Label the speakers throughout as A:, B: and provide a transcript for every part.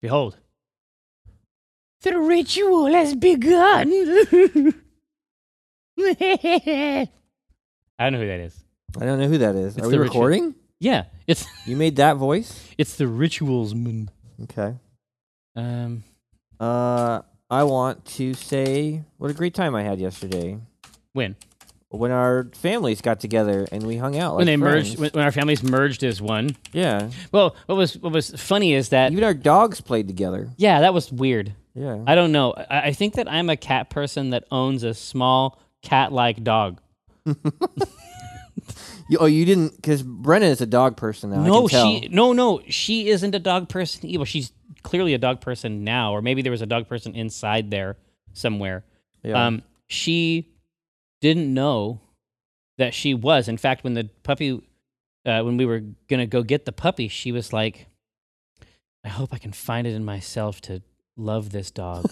A: Behold,
B: The ritual has begun.
A: I don't know who that is.
C: I don't know who that is.
A: It's
C: Are we
A: the ritual.
C: recording?
A: Yeah, it's
C: You made that voice?
A: it's the rituals. man.
C: Okay.
A: Um,
C: Uh, I want to say what a great time I had yesterday
A: when
C: when our families got together and we hung out. Like
A: when they merged,
C: friends.
A: when, when our families merged as one.
C: yeah.
A: Well, what was what was funny is that
C: Even our dogs played together.
A: yeah, that was weird.
C: Yeah.
A: I don't know. I, I think that I'm a cat person that owns a small cat-like dog.
C: You- oh, you didn't? Because Brenna is a dog person now. I
A: no,
C: can tell.
A: she no no she isn't a dog person. either. Well, she's clearly a dog person now, or maybe there was a dog person inside there somewhere.
C: Yeah.
A: Um, she didn't know that she was. In fact, when the puppy, uh, when we were gonna go get the puppy, she was like, "I hope I can find it in myself to love this dog."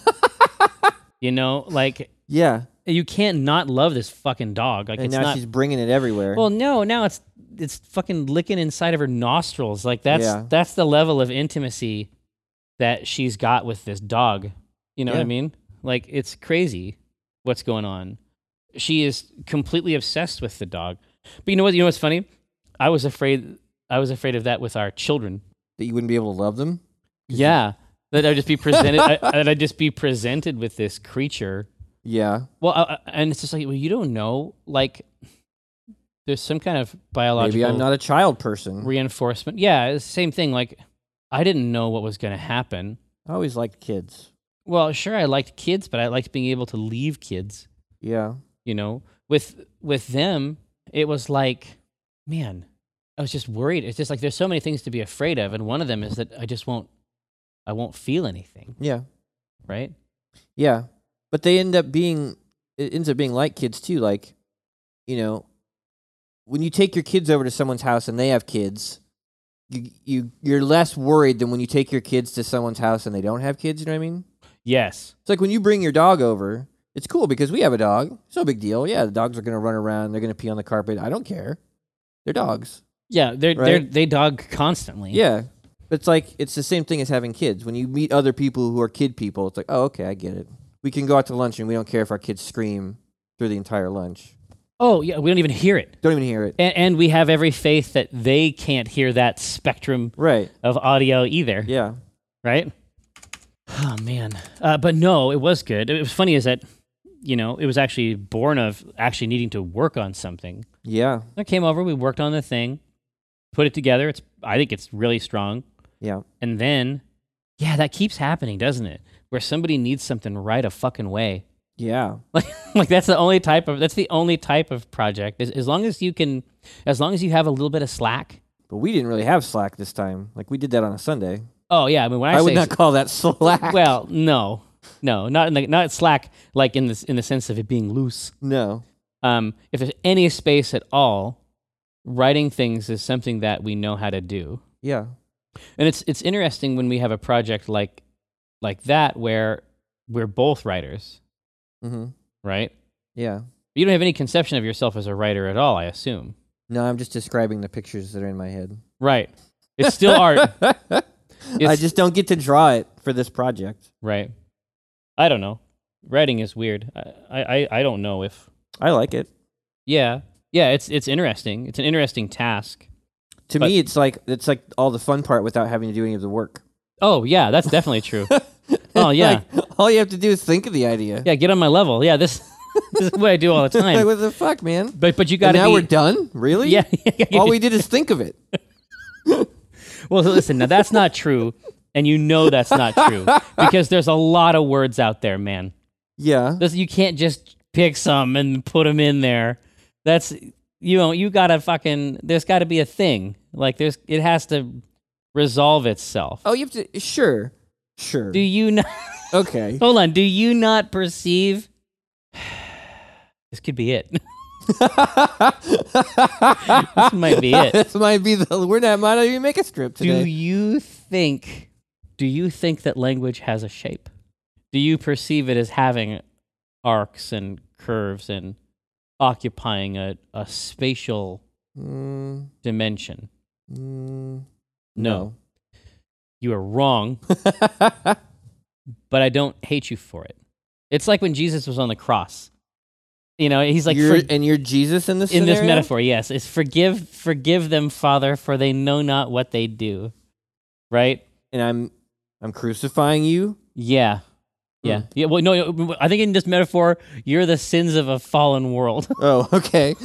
A: you know, like
C: yeah.
A: you can't not love this fucking dog. Like
C: And
A: it's
C: now
A: not.
C: she's bringing it everywhere.
A: well, no, now it's it's fucking licking inside of her nostrils. Like that's
C: Yeah.
A: that's the level of intimacy that she's got with this dog. You know what I
C: Yeah.
A: mean? Like it's crazy what's going on. She is completely obsessed with the dog. But you know what? You know what's funny? I was afraid. I was afraid of that with our children.
C: that you wouldn't be able to love them?
A: Yeah, that I'd just be presented. I, that I'd just be presented with this creature
C: Yeah.
A: well, I, I- and it's just like, well, you don't know. Like, there's some kind of biological
C: Maybe I'm not a child person.
A: reinforcement. Yeah, it's the same thing. Like, I didn't know what was going to happen.
C: I always liked kids.
A: Well, sure, I liked kids, but I liked being able to leave kids.
C: Yeah.
A: You know, with with them, it was like, man, I was just worried. It's just like there's so many things to be afraid of, and one of them is that I just won't, I won't feel anything,
C: Yeah.
A: right?
C: Yeah, but they end up being it ends up being like kids too. Like, you know, when you take your kids over to someone's house and they have kids, you you you're less worried than when you take your kids to someone's house and they don't have kids. You know what I mean?
A: Yes.
C: It's like when you bring your dog over. It's cool because we have a dog. It's no big deal. Yeah, the dogs are gonna run around. They're gonna pee on the carpet. I don't care. They're dogs.
A: Yeah, they're they're
C: Right?
A: they dog constantly.
C: Yeah. But it's like it's the same thing as having kids. When you meet other people who are kid people, it's like, oh, okay, I get it. We can go out to lunch and we don't care if our kids scream through the entire lunch.
A: Oh yeah, we don't even hear it.
C: Don't even hear it.
A: and, and we have every faith that they can't hear that spectrum
C: Right.
A: of audio either
C: Yeah.
A: right oh man uh, but no it was good it was funny is that you know it was actually born of actually needing to work on something
C: Yeah.
A: i came over we worked on the thing put it together it's i think it's really strong
C: Yeah.
A: and then yeah that keeps happening doesn't it where somebody needs something right a fucking way
C: Yeah.
A: like like that's the only type of that's the only type of project as, as long as you can as long as you have a little bit of slack
C: But we didn't really have slack this time. Like we did that on a Sunday.
A: Oh yeah, I mean when I,
C: I,
A: say
C: would not call that slack.
A: well, no, no, not in the, not slack like in this in the sense of it being loose.
C: no.
A: Um, if there's any space at all, writing things is something that we know how to do,
C: Yeah.
A: and it's it's interesting when we have a project like like that where we're both writers,
C: Mm-hmm.
A: right?
C: Yeah.
A: You don't have any conception of yourself as a writer at all, I assume.
C: No, I'm just describing the pictures that are in my head.
A: Right. It's still art,
C: I
A: It's-
C: just don't get to draw it for this project.
A: right? I don't know. Writing is weird. I I I don't know if
C: I like it.
A: Yeah. Yeah, it's it's interesting. It's an interesting task.
C: To
A: But-
C: me, it's like it's like all the fun part without having to do any of the work.
A: Oh, yeah, that's definitely true. Oh, yeah.
C: Like, all you have to do is think of the idea.
A: yeah, get on my level. Yeah, this, this is what I do all the
C: like,
A: time.
C: what the fuck, man?
A: But but you got to
C: And now
A: be
C: we're Oh. done. Really?
A: Yeah.
C: all we did is think of it.
A: well, so listen, now that's not true and you know that's not true because there's a lot of words out there, man.
C: Yeah.
A: This, you can't just pick some and put them in there. That's you know, you got to fucking there's got to be a thing. Like there's it has to resolve itself.
C: Oh, you have to. Sure. Sure.
A: Do you know
C: okay.
A: Hold on. Do you not perceive? This could be it. this might be it.
C: this might be the. We're not. Might not even make a script
A: Do
C: today.
A: you think? Do you think that language has a shape? Do you perceive it as having arcs and curves and occupying a, a spatial
C: Mm,
A: dimension?
C: mm,
A: No. You are wrong, but I don't hate you for it. It's like when Jesus was on the cross. You know, he's like,
C: you're,
A: "For-
C: and you're Jesus in this
A: in this
C: scenario?
A: metaphor, yes, it's forgive, forgive them, Father, for they know not what they do. Right?
C: and I'm I'm crucifying you.
A: Yeah. Yeah. Yeah. Well, no, no, I think in this metaphor, you're the sins of a fallen world.
C: Oh, okay.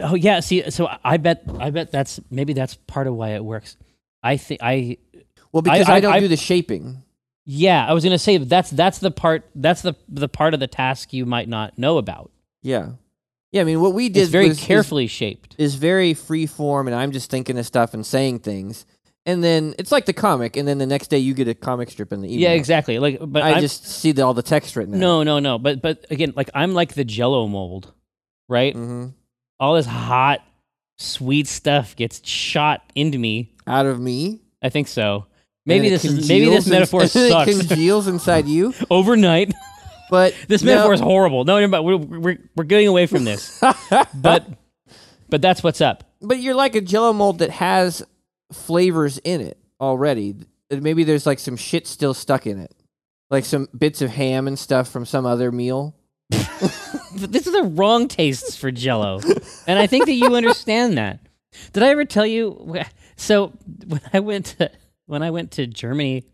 A: oh yeah. See, so I bet, I bet that's maybe that's part of why it works. I think I
C: well, because I,
A: I-
C: don't
A: I-
C: do the shaping.
A: Yeah, I was gonna say that's that's the part that's the the part of the task you might not know about.
C: Yeah, yeah. I mean, what we did
A: It's very
C: was- is-
A: carefully shaped.
C: is very free form, and I'm just thinking of stuff and saying things, and then it's like the comic, and then the next day you get a comic strip in the email.
A: Yeah, exactly. Like, but
C: I
A: I'm-
C: just see the, all the text written. in it.
A: no, no, no. But but again, like I'm like the Jello mold, right?
C: Mhm.
A: All this hot, sweet stuff gets shot into me.
C: out of me.
A: I think so.
C: and
A: Maybe
C: it
A: this is, maybe
C: congeals
A: this
C: in-
A: metaphor
C: and it
A: sucks
C: congeals inside you,
A: overnight.
C: but
A: This
C: no,
A: metaphor is horrible. No, no, but we're we're we're getting away from this. but but that's what's up.
C: but you're like a jello mold that has flavors in it already. And Maybe there's like some shit still stuck in it. Like some bits of ham and stuff from some other meal.
A: Th- this is the wrong tastes for jello and i think that you understand that did i ever tell you wh- so when i went to when i went to germany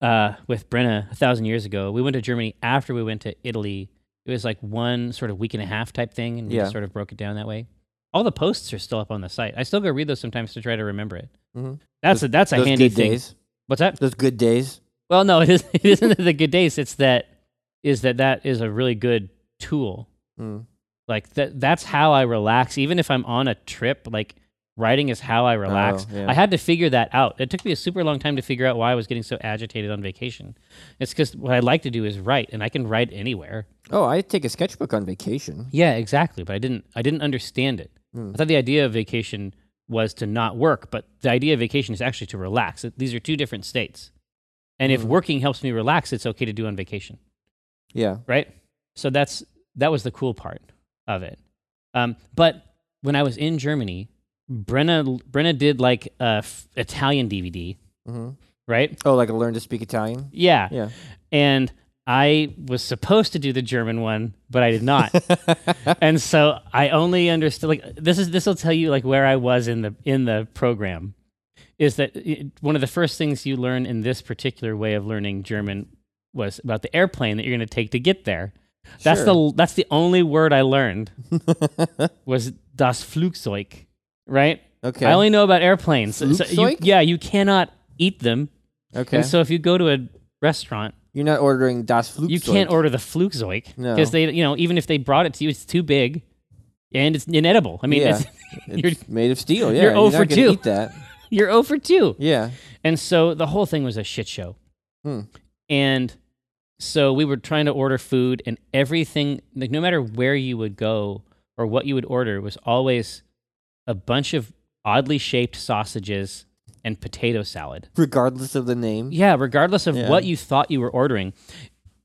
A: uh, with brenna a thousand years ago we went to germany after we went to italy it was like one sort of week and a half type thing and we
C: Yeah.
A: just sort of broke it down that way all the posts are still up on the site i still go read those sometimes to try to remember it
C: Mhm.
A: that's a that's a
C: Those
A: handy
C: good
A: thing
C: days.
A: what's that
C: Those good days.
A: well, no, it is. It isn't the good days. It's that is that that is a really good tool.
C: Mm.
A: Like that. That's how I relax. Even if I'm on a trip, like writing is how I relax.
C: yeah.
A: I had to figure that out. It took me a super long time to figure out why I was getting so agitated on vacation. It's because what I like to do is write, and I can write anywhere.
C: Oh, I take a sketchbook on vacation.
A: Yeah, exactly. But I didn't. I didn't understand it. I thought the idea of vacation was to not work, but the idea of vacation is actually to relax. It- These are two different states. And if working helps me relax, it's okay to do on vacation,
C: Yeah.
A: right? So that's that was the cool part of it. Um, but when I was in Germany, Brenna Brenna did like a f- Italian DVD,
C: hmm
A: right?
C: Oh, like I learned to speak Italian.
A: Yeah.
C: Yeah.
A: And I was supposed to do the German one, but I did not. and so I only understood like this is this will tell you like where I was in the in the program is that it, one of the first things you learn in this particular way of learning German was about the airplane that you're going to take to get there. That's the that's the only word I learned was das Flugzeug, right?
C: Okay.
A: I only know about airplanes. So- so you-
C: Flugzeug?
A: yeah, you cannot eat them.
C: okay.
A: And so if you go to a restaurant,
C: You're not ordering das Flugzeug.
A: you can't order the Flugzeug
C: No.
A: because they, you know, even if they brought it to you, it's too big and it's inedible. I mean,
C: Yeah.
A: it's, you're
C: It's made of steel. Yeah.
A: you're 0
C: not
A: for
C: gonna
A: 2.
C: Eat that.
A: you're 0 for 2.
C: Yeah.
A: And so the whole thing was a shit show.
C: Hmm.
A: And so we were trying to order food, and everything, like no matter where you would go or what you would order, was always a bunch of oddly shaped sausages and potato salad.
C: Regardless of the name.
A: Yeah, regardless of
C: Yeah.
A: what you thought you were ordering.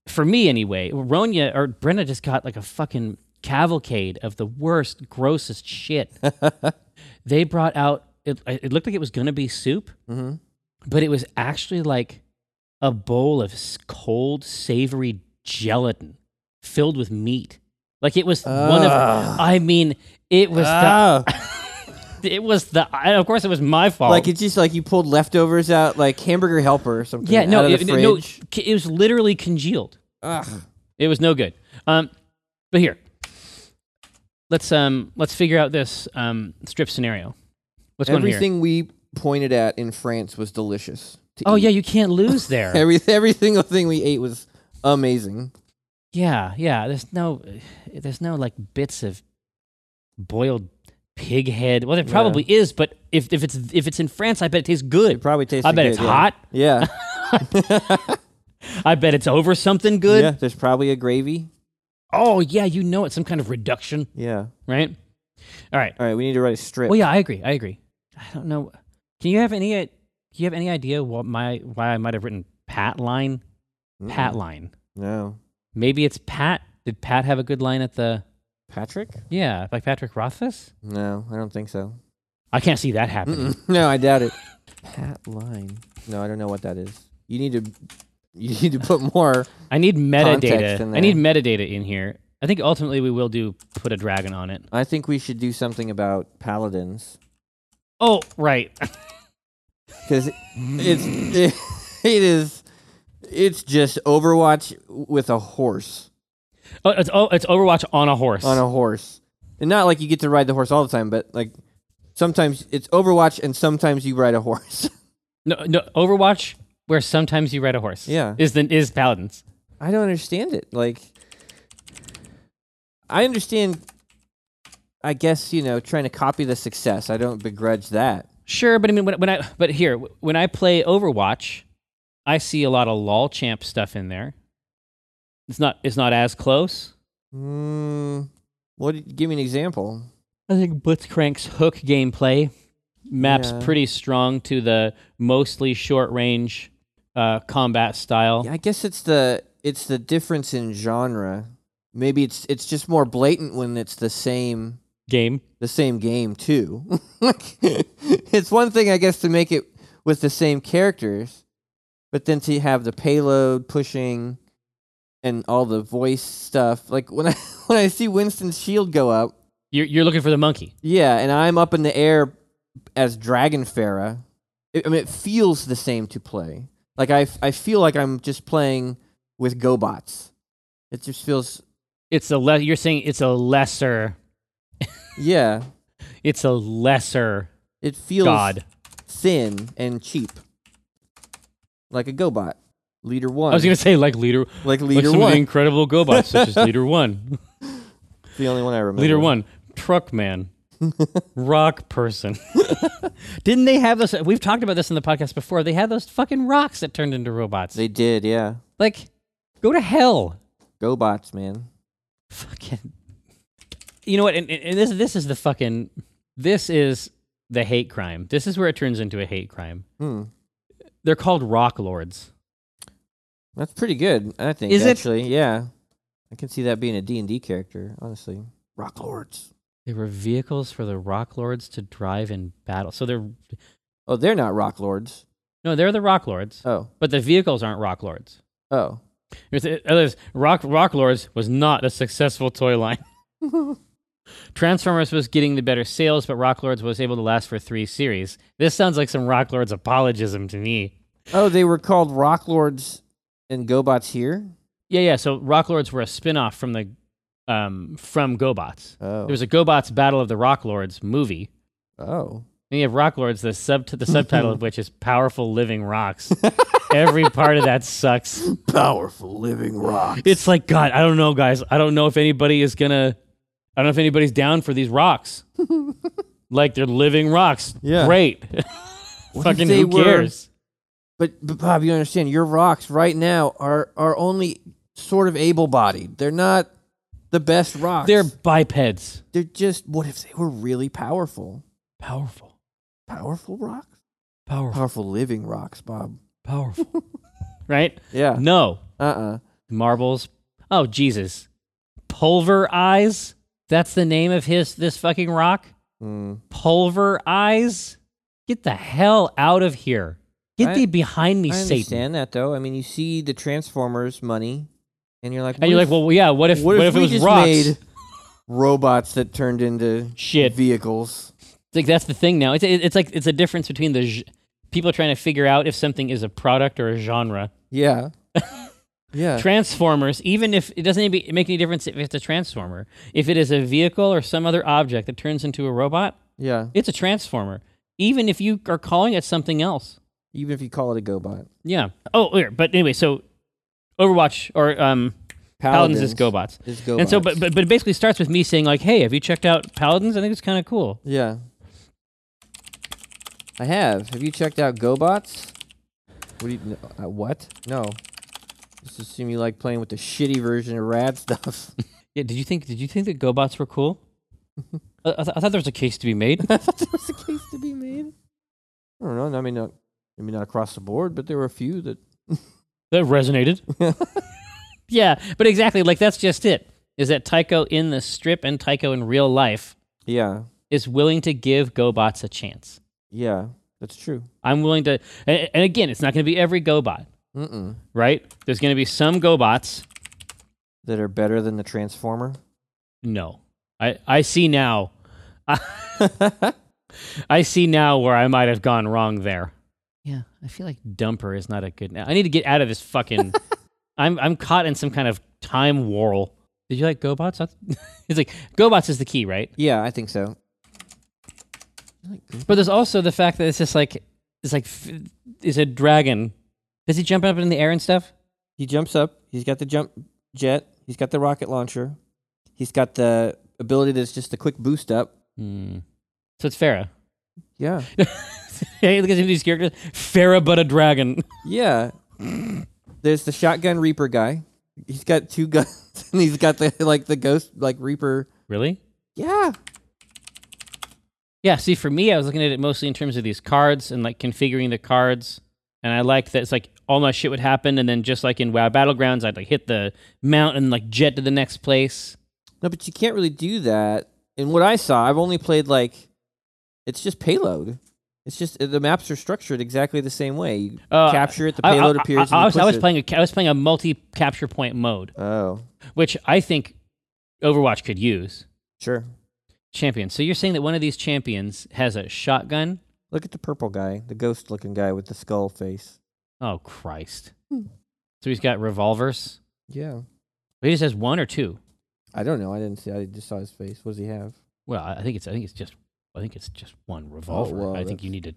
A: For me, anyway, Ronya or Brenna just got like a fucking cavalcade of the worst, grossest shit. they brought out, it, it looked like it was going to be soup,
C: Mhm.
A: but it was actually like a bowl of s- cold, savory gelatin filled with meat. Like it was one of,
C: Ah.
A: I mean, it was
C: Ah.
A: the, it was the, and of course it was my fault.
C: Like it's just like you pulled leftovers out, like hamburger helper or something.
A: yeah, no,
C: out of
A: it,
C: the
A: no,
C: fridge.
A: it was literally congealed.
C: Ugh.
A: It was no good. Um, but here, let's um, let's figure out this um, strip scenario. What's going here?
C: Everything we pointed at in France was delicious. to
A: Oh
C: eat.
A: yeah, you can't lose there.
C: every every single thing we ate was amazing.
A: yeah, yeah. There's no, there's no like bits of boiled pig head. Well, there probably is, but if if it's if it's in France, I bet it tastes
C: It
A: good.
C: probably tasted.
A: I bet
C: good,
A: it's
C: yeah.
A: hot.
C: Yeah,
A: I bet it's over something good.
C: yeah. There's probably a gravy.
A: Oh yeah, you know it's some kind of reduction,
C: Yeah.
A: right? All right.
C: All right, we need to write a strip.
A: Well, yeah, I agree. I agree. I don't know. Can you have any? uh, Do you have any idea what my why I might have written Pat line?
C: Mm-mm.
A: Pat line.
C: No,
A: Maybe it's Pat. Did Pat have a good line at the?
C: Patrick.
A: Yeah, like Patrick Rothfuss.
C: No, I don't think so.
A: I can't see that happening.
C: Mm-mm. No, I doubt it. Pat line. No, I don't know what that is. You need to you need to put more.
A: I need
C: Context in
A: metadata. I need
C: there.
A: metadata in here. I think ultimately we will do put a dragon on it.
C: I think we should do something about paladins
A: Oh, right.
C: because it's it, it is it's just Overwatch with a horse
A: Oh, it's oh, it's Overwatch on a horse.
C: on a horse, and not like you get to ride the horse all the time, but like sometimes it's Overwatch and sometimes you ride a horse.
A: no, no Overwatch where sometimes you ride a horse.
C: Yeah.
A: Is the is paladins.
C: I don't understand it. Like, I understand. I guess you know trying to copy the success. I don't begrudge that.
A: Sure, but I mean when, when I but here when I play Overwatch, I see a lot of lol champ stuff in there. It's not it's not as close.
C: Mm, what? Give me an example.
A: I think Blitzcrank's hook gameplay maps
C: Yeah.
A: pretty strong to the mostly short range uh, combat style.
C: Yeah, I guess it's the it's the difference in genre. Maybe it's it's just more blatant when it's the same
A: game.
C: the same game too. Like, it's one thing, I guess, to make it with the same characters, but then to have the payload pushing and all the voice stuff. Like when I when I see Winston's shield go up,
A: You're, you're looking for the monkey.
C: yeah, and I'm up in the air as Dragon Pharaoh. I mean, it feels the same to play. Like I, f- I feel like I'm just playing with GoBots. It just feels,
A: It's a le- you're saying it's a lesser
C: yeah,
A: it's a lesser
C: it feels
A: god.
C: thin and cheap, like a GoBot. Leader one,
A: I was gonna say like leader, like
C: like leader
A: some of
C: one.
A: the incredible GoBots such as leader one,
C: It's the only one I remember.
A: leader one, truck man, rock person. Didn't they have those? We've talked about this in the podcast before. They had those fucking rocks that turned into robots.
C: They did, yeah.
A: like, go to hell.
C: GoBots, man.
A: fucking you know what and, and and this this is the fucking this is the hate crime this is where it turns into a hate crime
C: Hmm,
A: they're called rock lords
C: that's pretty good. I think.
A: Is it-
C: actually, yeah. I can see that being a D and D character, honestly. Rock lords.
A: they were vehicles for the rock lords to drive in battle so they're
C: Oh, they're not rock lords.
A: no they're the rock lords
C: Oh,
A: but the vehicles aren't rock lords
C: oh.
A: There's- uh, others- rock rock lords was not a successful toy line transformers was getting the better sales but rock lords was able to last for three series this sounds like some rock lords apologism to me
C: oh, they were called rock lords and gobots here.
A: Yeah, yeah. So Rock Lords were a spin-off from the um from GoBots.
C: Oh,
A: There was a GoBots Battle of the Rock Lords movie.
C: oh.
A: And you have Rock Lords, the sub the subtitle of which is Powerful Living Rocks. Every part of that sucks.
C: Powerful living rock.
A: It's like God, I don't know, guys. I don't know if anybody is gonna I don't know if anybody's down for these rocks. like they're living rocks.
C: Yeah.
A: Great.
C: if
A: Fucking
C: they
A: who
C: were-
A: cares?
C: But, but Bob, you understand? Your rocks right now are are only sort of able-bodied. They're not the best rocks.
A: They're bipeds.
C: they're just. What if they were really powerful?
A: Powerful.
C: Powerful rocks.
A: Powerful.
C: Powerful living rocks, Bob.
A: Powerful. right?
C: Yeah.
A: No.
C: Uh. uh
A: marbles. Oh Jesus, Pulver Eyes. That's the name of his this fucking rock.
C: Mm.
A: Pulver Eyes. Get the hell out of here. Get
C: I-
A: thee behind me,
C: I
A: Satan.
C: understand that though. I mean, you see the Transformers money, and you're like,
A: And you're
C: what
A: like,
C: if-
A: well, yeah. What if? What, if, it
C: we
A: was
C: just
A: rocks?
C: made robots that turned into
A: Shit.
C: vehicles?
A: It's like that's the thing now. It's it's like it's a difference between the j- people trying to figure out if something is a product or a genre.
C: Yeah, yeah.
A: Transformers, even if it doesn't be- make any difference if it's a transformer, if it is a vehicle or some other object that turns into a robot,
C: yeah.
A: It's a transformer, even if you are calling it something else.
C: Even if you call it a GoBot,
A: Yeah. Oh, here, but anyway, so Overwatch or um, Paladins, is GoBots.
C: Is GoBots.
A: And so, but, but but it basically starts with me saying like, "Hey, have you checked out Paladins? I think it's kind of cool."
C: yeah, I have. Have you checked out GoBots? What do you? no, Uh, what? No. Just assume you like playing with the shitty version of rad stuff.
A: Yeah. Did you think Did you think that GoBots were cool? I, I, th- I thought there was a case to be made.
C: I thought there was a case to be made. I don't know. I mean, not, I mean, not across the board, but there were a few that.
A: that resonated. yeah, but exactly like that's just it. Is that Tycho in the strip and Tycho in real life
C: Yeah.
A: is willing to give GoBots a chance.
C: Yeah, that's true.
A: I'm willing to, and, and again, it's not going to be every GoBot,
C: Mm-mm.
A: right? There's going to be some GoBots.
C: That are better than the Transformer.
A: No, I I see now, I see now where I might have gone wrong there. Yeah, I feel like Dumper is not a good. I need to get out of this fucking. I'm I'm caught in some kind of time whirl. Did you like GoBots? I- it's like GoBots is the key, right?
C: yeah, I think so.
A: But there's also the fact that it's just like it's like f- it's a dragon. Does he jump up in the air and stuff?
C: He jumps up. He's got the jump jet. He's got the rocket launcher. He's got the ability that's just a quick boost up.
A: Hmm. So it's Farah.
C: Yeah.
A: hey, look at some of these characters. Farah, but a dragon.
C: Yeah. There's the shotgun reaper guy. He's got two guns and he's got the like the ghost like reaper.
A: Really?
C: Yeah.
A: Yeah, see, for me, I was looking at it mostly in terms of these cards and like configuring the cards. And I liked that it's like all my shit would happen. And then just like in WoW Battlegrounds, I'd like hit the mount and like jet to the next place.
C: No, but you can't really do that. And what I saw, I've only played like it's just payload. It's just uh, the maps are structured exactly the same way. You
A: Uh,
C: capture it, the
A: I- I-
C: payload
A: I-
C: appears.
A: I,
C: and you
A: was, I
C: push
A: was
C: it.
A: playing a, ca- I was playing a multi capture point mode,
C: Oh,
A: which I think Overwatch could use.
C: sure.
A: Champions. So you're saying that one of these champions has a shotgun?
C: Look at the purple guy, the ghost-looking guy with the skull face.
A: Oh Christ!
C: Hmm.
A: So he's got revolvers.
C: Yeah.
A: He just has one or two.
C: I don't know. I didn't see. I just saw his face. What does he have?
A: Well, I I think it's I think it's just I think it's just one revolver.
C: well,
A: I think you need to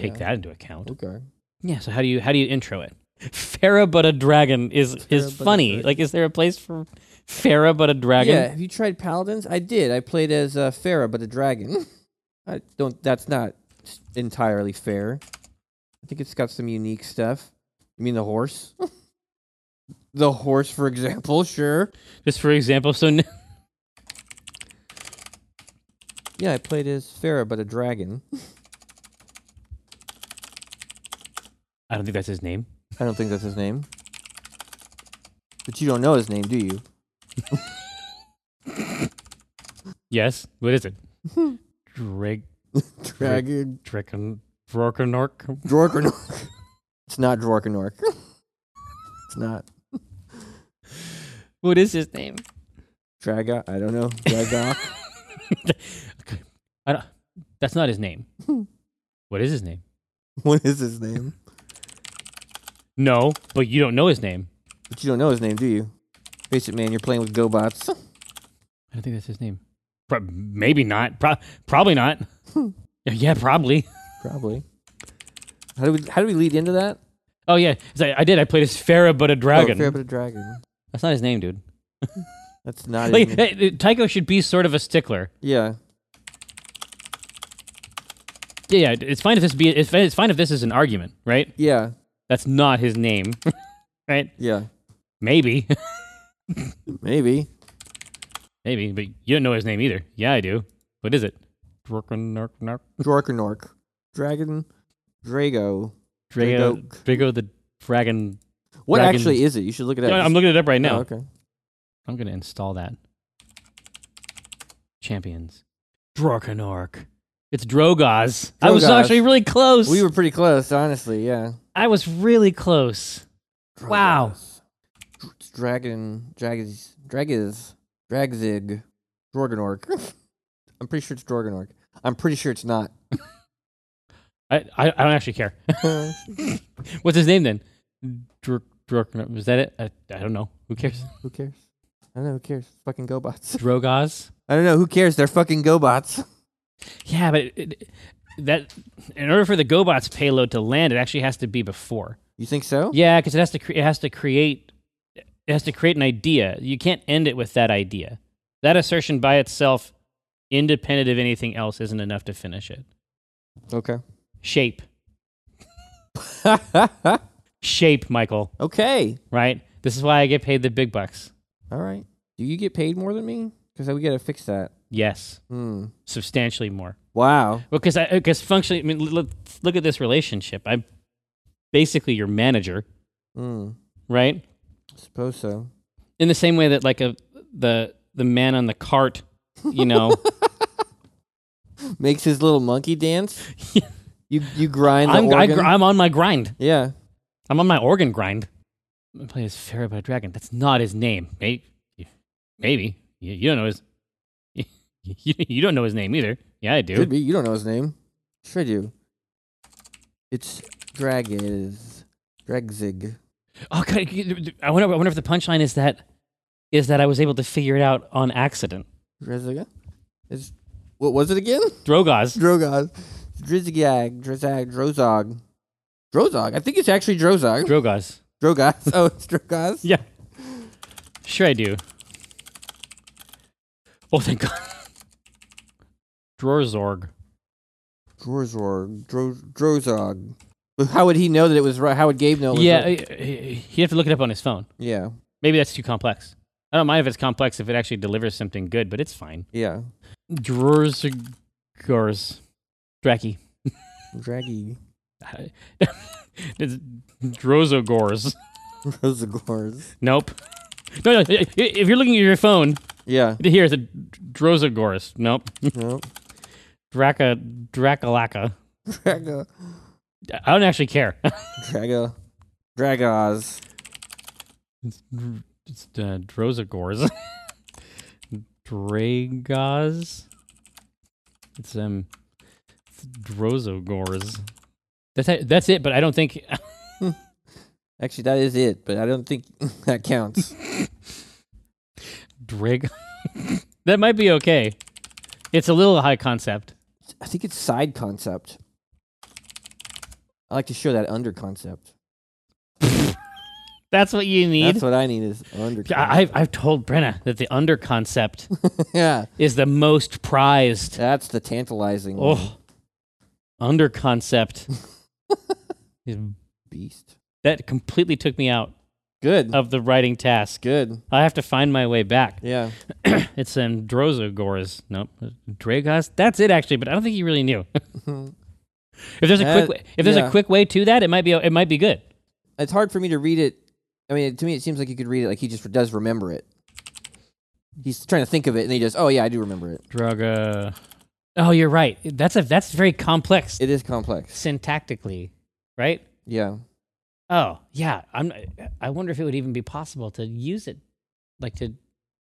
A: take
C: yeah.
A: that into account.
C: Okay.
A: Yeah. So how do you how do you intro it? Farah but a dragon is
C: Farah
A: is
C: but a
A: funny.
C: dragon.
A: Like, is there a place for Farah but a dragon?
C: Yeah. Have you tried paladins? I did. I played as uh, Farah, but a dragon. I don't. That's not s- entirely fair. I think it's got some unique stuff. You mean the horse? the horse, for example. Sure.
A: Just for example. So n-
C: Yeah, I played as Farah, but a dragon.
A: I don't think that's his name.
C: I don't think that's his name. But you don't know his name, do you?
A: Yes. What is it? Hmm. Drake
C: Dragon.
A: Draken Brokenork.
C: Drorkanork. it's not Drorkanork. it's not
A: What is his name?
C: Draga. I don't know. Draga.
A: I don't, that's not his name. what is his name?
C: what is his name?
A: No, but you don't know his name.
C: But you don't know his name, do you? Face it, man. You're playing with GoBots.
A: I don't think that's his name. Pro- maybe not. Pro- probably not. yeah, yeah, probably.
C: Probably. How do we? How do we lead into that?
A: Oh yeah, It's like, I did. I played as Farah, but a dragon.
C: Oh, fair bit of dragon.
A: that's not his name, dude.
C: That's not.
A: Like
C: His name.
A: hey, Tycho should be sort of a stickler.
C: Yeah.
A: Yeah, yeah. It's fine if this be. It's fine, it's fine if this is an argument, right?
C: Yeah.
A: That's not his name, right?
C: Yeah.
A: Maybe,
C: Maybe.
A: maybe. But you don't know his name either. Yeah, I do. What is it? Drago,
C: Drorkanork. Dragon. Drago. Dragoak.
A: Drago the dragon.
C: What
A: Dragon-
C: actually is it? You should look at that.
A: Yeah, I'm looking it up right now.
C: okay.
A: I'm gonna install that. Champions. Draconork. It's Drogoz. I was
C: Drogoz.
A: actually really close.
C: We were pretty close, honestly. Yeah.
A: I was really close. Wow.
C: Dragons. Dr- It's dragon, drags, dragiz, dragzig, Drogonork. I'm pretty sure it's Drogonork. I'm pretty sure it's not.
A: I, I, I don't actually care.
C: Who
A: What's his name then? Dr- Droconork. Was that it? I, I don't know. Who cares?
C: cares? I don't know. Who cares? Fucking GoBots.
A: Drogoz.
C: I don't know. Who cares? They're fucking GoBots.
A: Yeah, but it, it- that in order for the GoBots payload to land, it actually has to be before.
C: You think so?
A: Yeah, because it has to cre- it has to create it has to create an idea. You can't end it with that idea. That assertion by itself, independent of anything else, isn't enough to finish it.
C: Okay.
A: Shape, shape, Michael.
C: okay.
A: Right. This is why I get paid the big bucks.
C: All right. Do you get paid more than me? Because we gotta fix that.
A: Yes,
C: Hmm.
A: substantially more.
C: Wow.
A: Well, because I because functionally, I mean, look, look at this relationship. I'm basically your manager,
C: Hmm.
A: right?
C: Suppose so.
A: in the same way that like a the the man on the cart, you know,
C: makes his little monkey dance.
A: Yeah.
C: You you grind the
A: I'm, I,
C: organ.
A: gr- I'm on my grind.
C: yeah,
A: I'm on my organ grind. I'm gonna play as Pharaoh by Dragon. That's not his name. Maybe, maybe. You, you don't know his. You, you don't know his name either. Yeah, I do.
C: could be. You don't know his name. Sure do. It's Dragiz. Dragzig.
A: Oh God! you- I wonder. I wonder if the punchline is that is that I was able to figure it out on accident.
C: Draziga? Is what was it again?
A: Drogoz.
C: Drogaz. Drizgag. Drizag. Drozog. Drozog. I think it's actually Drozog.
A: Drogoz.
C: Drogaz. Oh, it's Drogaz.
A: Yeah. Sure, I do. Oh, thank God. Drorzorg.
C: Drozorg. Dro- Drozog. But how would he know that it was right? How would Gabe know? It was
A: yeah,
C: Dro-
A: uh, uh, he'd have to look it up on his phone.
C: yeah.
A: Maybe that's too complex. I don't mind if it's complex if it actually delivers something good, but it's fine.
C: Yeah.
A: Drorzgors. Draki.
C: Draggy.
A: It's Drozogors.
C: Drozogors.
A: Nope. No, no. i- i- If you're looking at your phone,
C: Yeah.
A: here it's a Drozogors. Nope.
C: No.
A: Draka. Drakalaka.
C: Draga.
A: I don't actually care.
C: Draga. Dragaz.
A: It's, dr- it's uh, Drozogors. Dragos. It's um it's Drozogors. That's it- that's it, but I don't think
C: Actually, that is it, but I don't think that counts.
A: Drag That might be okay. It's a little high concept.
C: I think it's side concept. I like to show that under concept.
A: That's what you need.
C: That's what I need is under.
A: Yeah, I- I've I've told Brenna that the under concept
C: yeah,
A: is the most prized.
C: that's the tantalizing
A: Oh, under concept.
C: beast.
A: that completely took me out
C: Good,
A: of the writing task.
C: good.
A: I have to find my way back.
C: Yeah,
A: It's in Drozogors. Nope. Dragos. That's it actually, but I don't think he really knew. if there's a
C: That-
A: quick way, if there's
C: yeah.
A: a quick way to that, it might be it might be good.
C: it's hard for me to read it. I mean, to me, it seems like you could read it like he just does remember it. He's trying to think of it, and he just, oh yeah, I do remember it.
A: Draga. Oh, you're right. That's a that's very complex
C: It is complex.
A: syntactically, right?
C: Yeah,
A: Oh, yeah. I'm I wonder if it would even be possible to use it like to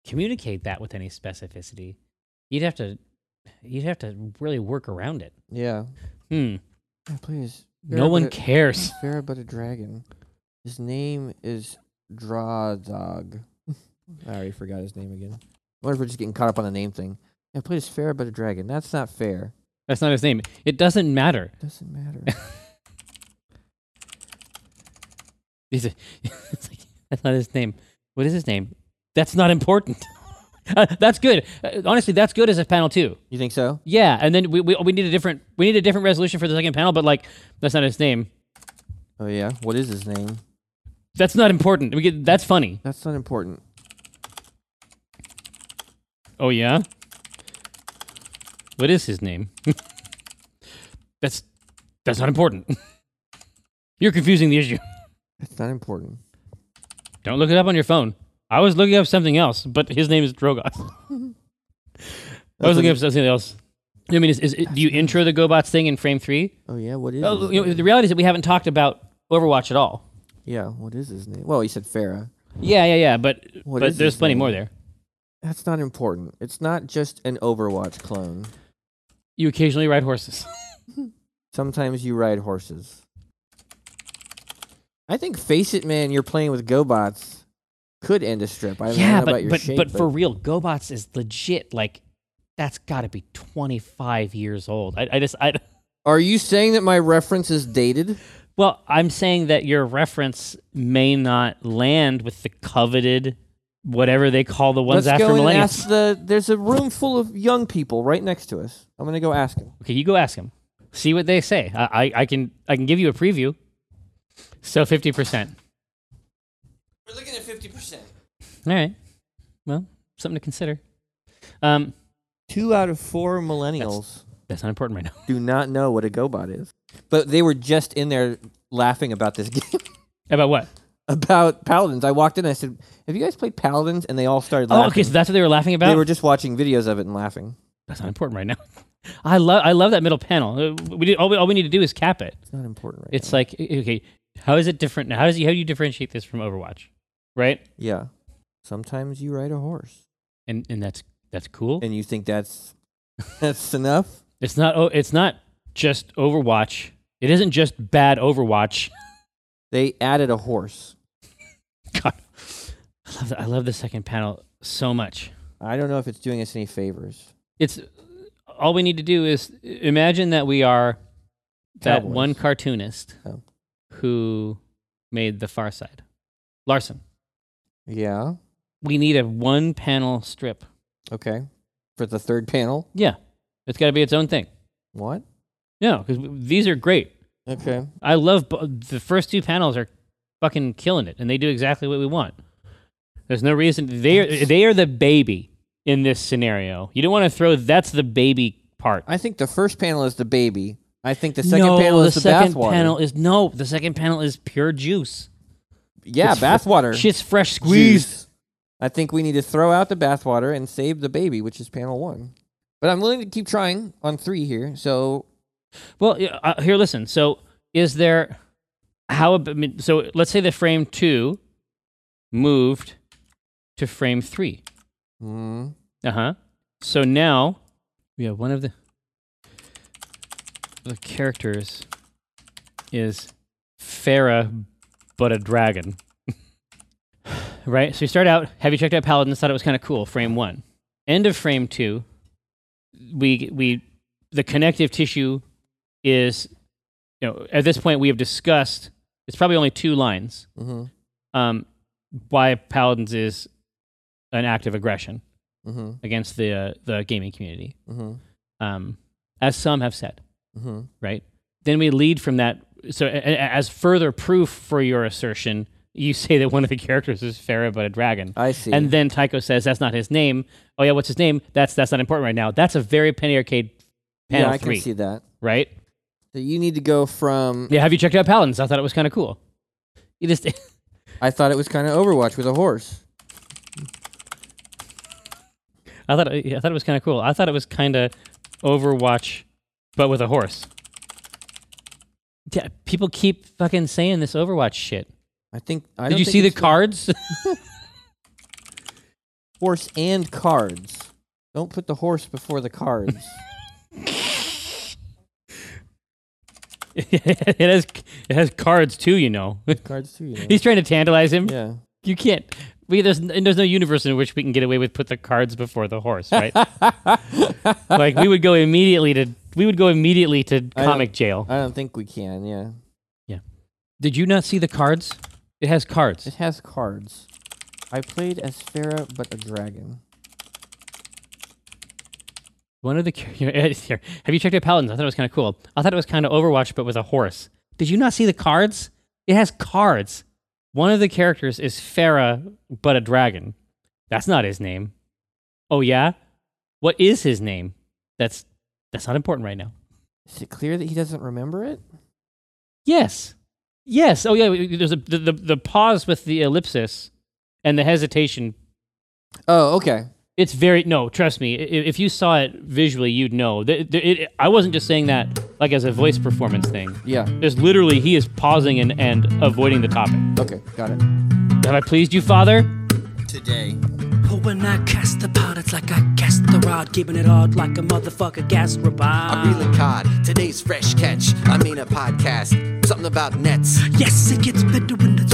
A: communicate that with any specificity. You'd have to you'd have to really work around it.
C: yeah.
A: Hmm.
C: Yeah, please.
A: No one cares.
C: Pharaoh but a dragon. His name is Drawdog. I already forgot his name again. I wonder if we're just getting caught up on the name thing. Yeah, played as Pharaoh but a dragon. That's not fair.
A: That's not his name. It doesn't matter.
C: Doesn't matter.
A: He's a, it's like, that's not his name. What is his name? That's not important. Uh, that's good. Uh, honestly, that's good as a panel too.
C: you think so?
A: Yeah, and then we, we we need a different we need a different resolution for the second panel. But like, that's not his name.
C: Oh yeah. What is his name?
A: That's not important. We get that's funny.
C: That's not important.
A: Oh yeah. What is his name? that's that's not important. You're confusing the issue.
C: That's not important.
A: Don't look it up on your phone. I was looking up something else, but his name is Drogoth. I was
C: That's
A: looking
C: what-
A: up something else. I mean, is, is, do you intro the GoBots thing in frame three?
C: Oh yeah. What is?
A: Oh,
C: his
A: you know,
C: name?
A: the reality is that we haven't talked about Overwatch at all.
C: yeah. What is his name? Well, he said Pharaoh.
A: Yeah, yeah, yeah. But
C: What
A: but
C: is
A: there's
C: his
A: plenty
C: name?
A: more there.
C: That's not important. It's not just an Overwatch clone.
A: You occasionally ride horses.
C: Sometimes you ride horses. I think Face It Man, you're playing with GoBots could end a strip. I don't
A: yeah,
C: know about
A: but
C: your
A: but,
C: shape,
A: but for real, GoBots is legit. Like that's got to be 25 years old. I, I just I
C: are you saying that my reference is dated?
A: well, I'm saying that your reference may not land with the coveted whatever they call the ones
C: Let's
A: after
C: go and
A: millennials.
C: ask the. There's a room full of young people right next to us. I'm gonna go ask them.
A: Okay, you go ask them. See what they say. I, I, I can I can give you a preview. So fifty percent.
C: We're looking at fifty percent.
A: All right. Well, something to consider. Um,
C: Two out of four millennials
A: that's not important right now.
C: do not know what a GoBot is, but they were just in there laughing about this game.
A: About what?
C: About paladins, I walked in. and I said, "Have you guys played paladins?" And they all started laughing.
A: Oh, okay. So that's what they were laughing about.
C: They were just watching videos of it and laughing.
A: that's not important right now. I love I love that middle panel. Uh, We did, all, we all we need to do is cap it.
C: It's not important right
A: It's like okay, how is it different? How does how do you differentiate this from Overwatch, right?
C: now. Yeah. Sometimes you ride a horse.
A: And and that's that's cool.
C: And you think that's that's enough?
A: It's not oh, it's not just Overwatch. It isn't just bad Overwatch.
C: They added a horse.
A: God, I love the, I love the second panel so much.
C: I don't know if it's doing us any favors.
A: It's all we need to do is imagine that we are that
C: Cowboys.
A: one cartoonist
C: Oh.
A: who made The Far Side, Larson.
C: Yeah.
A: We need a one panel strip.
C: Okay. For the third panel.
A: Yeah, it's got to be its own thing.
C: What?
A: No, because these are great.
C: Okay.
A: I love bo- the first two panels are fucking killing it, and they do exactly what we want. There's no reason they are, they are the baby in this scenario. You don't want to throw that's the baby part.
C: I think the first panel is the baby. I think the second panel is the,
A: second
C: bathwater.
A: panel is no. The second panel is pure juice.
C: yeah,
A: it's fr-
C: bathwater.
A: Shit's fresh squeezed.
C: Squeeze. I think we need to throw out the bathwater and save the baby, which is panel one. But I'm willing to keep trying on three here. So
A: Well, yeah, uh, here, listen. So, is there how? ab- I mean, so, let's say the frame two moved to frame three.
C: mm,
A: Uh huh. So now we have one of the the characters is Farah, but a dragon. right. So you start out. Have you checked out Paladins? Thought it was kind of cool. Frame one. End of frame two. We we the connective tissue is you know at this point we have discussed it's probably only two lines
C: mhm,
A: um, why Paladins is an act of aggression
C: mhm,
A: against the uh, the gaming community,
C: mhm,
A: um, as some have said,
C: mhm.
A: right? Then we lead from that. So, a- a- as further proof for your assertion, you say that one of the characters is Farah, but a dragon.
C: I see.
A: And then Tycho says that's not his name. Oh yeah, what's his name? That's that's not important right now. That's a very Penny Arcade panel
C: yeah, I
A: three,
C: can see that.
A: right?
C: So you need to go from.
A: Yeah. Have you checked out Paladins? I thought it was kind of cool. You just
C: I thought it was kind of Overwatch with a horse.
A: I thought I thought it was kind of cool. I thought it was kind of Overwatch, but with a horse. Yeah, people keep fucking saying this Overwatch shit.
C: I think. I
A: Did
C: don't
A: you
C: think
A: see the
C: it's
A: cards?
C: Horse and cards. Don't put the horse before the cards.
A: it has it has cards too. You know,
C: cards too. You know.
A: he's trying to tantalize him.
C: yeah.
A: You can't. We there's n- there's no universe in which we can get away with put the cards before the horse, right? like we would go immediately to we would go immediately to
C: I don't-
A: comic jail.
C: I don't think we can. Yeah.
A: Did you not see the cards? It has cards.
C: It has cards. I played as Farah, but a dragon.
A: One of the char- here, eh, here. Have you checked out Paladins? I thought it was kind of cool. I thought it was kind of Overwatch, but with a horse. Did you not see the cards? It has cards. One of the characters is Farah, but a dragon. That's not his name. Oh yeah, what is his name? That's that's not important right now.
C: Is it clear that he doesn't remember it?
A: Yes, yes. Oh yeah. w- w- There's a the the, the pause with the ellipsis and the hesitation.
C: Oh, okay.
A: It's very no. Trust me. i- i- If you saw it visually, you'd know. Th- th- it- I wasn't just saying that like as a voice performance thing.
C: Yeah.
A: There's literally he is pausing and, and avoiding the topic.
C: Okay. Got it.
A: Have I pleased you, Father?
C: Today.
D: But when I cast the pot, it's like I cast the rod, giving it hard like a motherfucker gas robot.
E: I reel a cod. Today's fresh catch. I mean a podcast. Something about nets.
D: Yes, it gets better when it's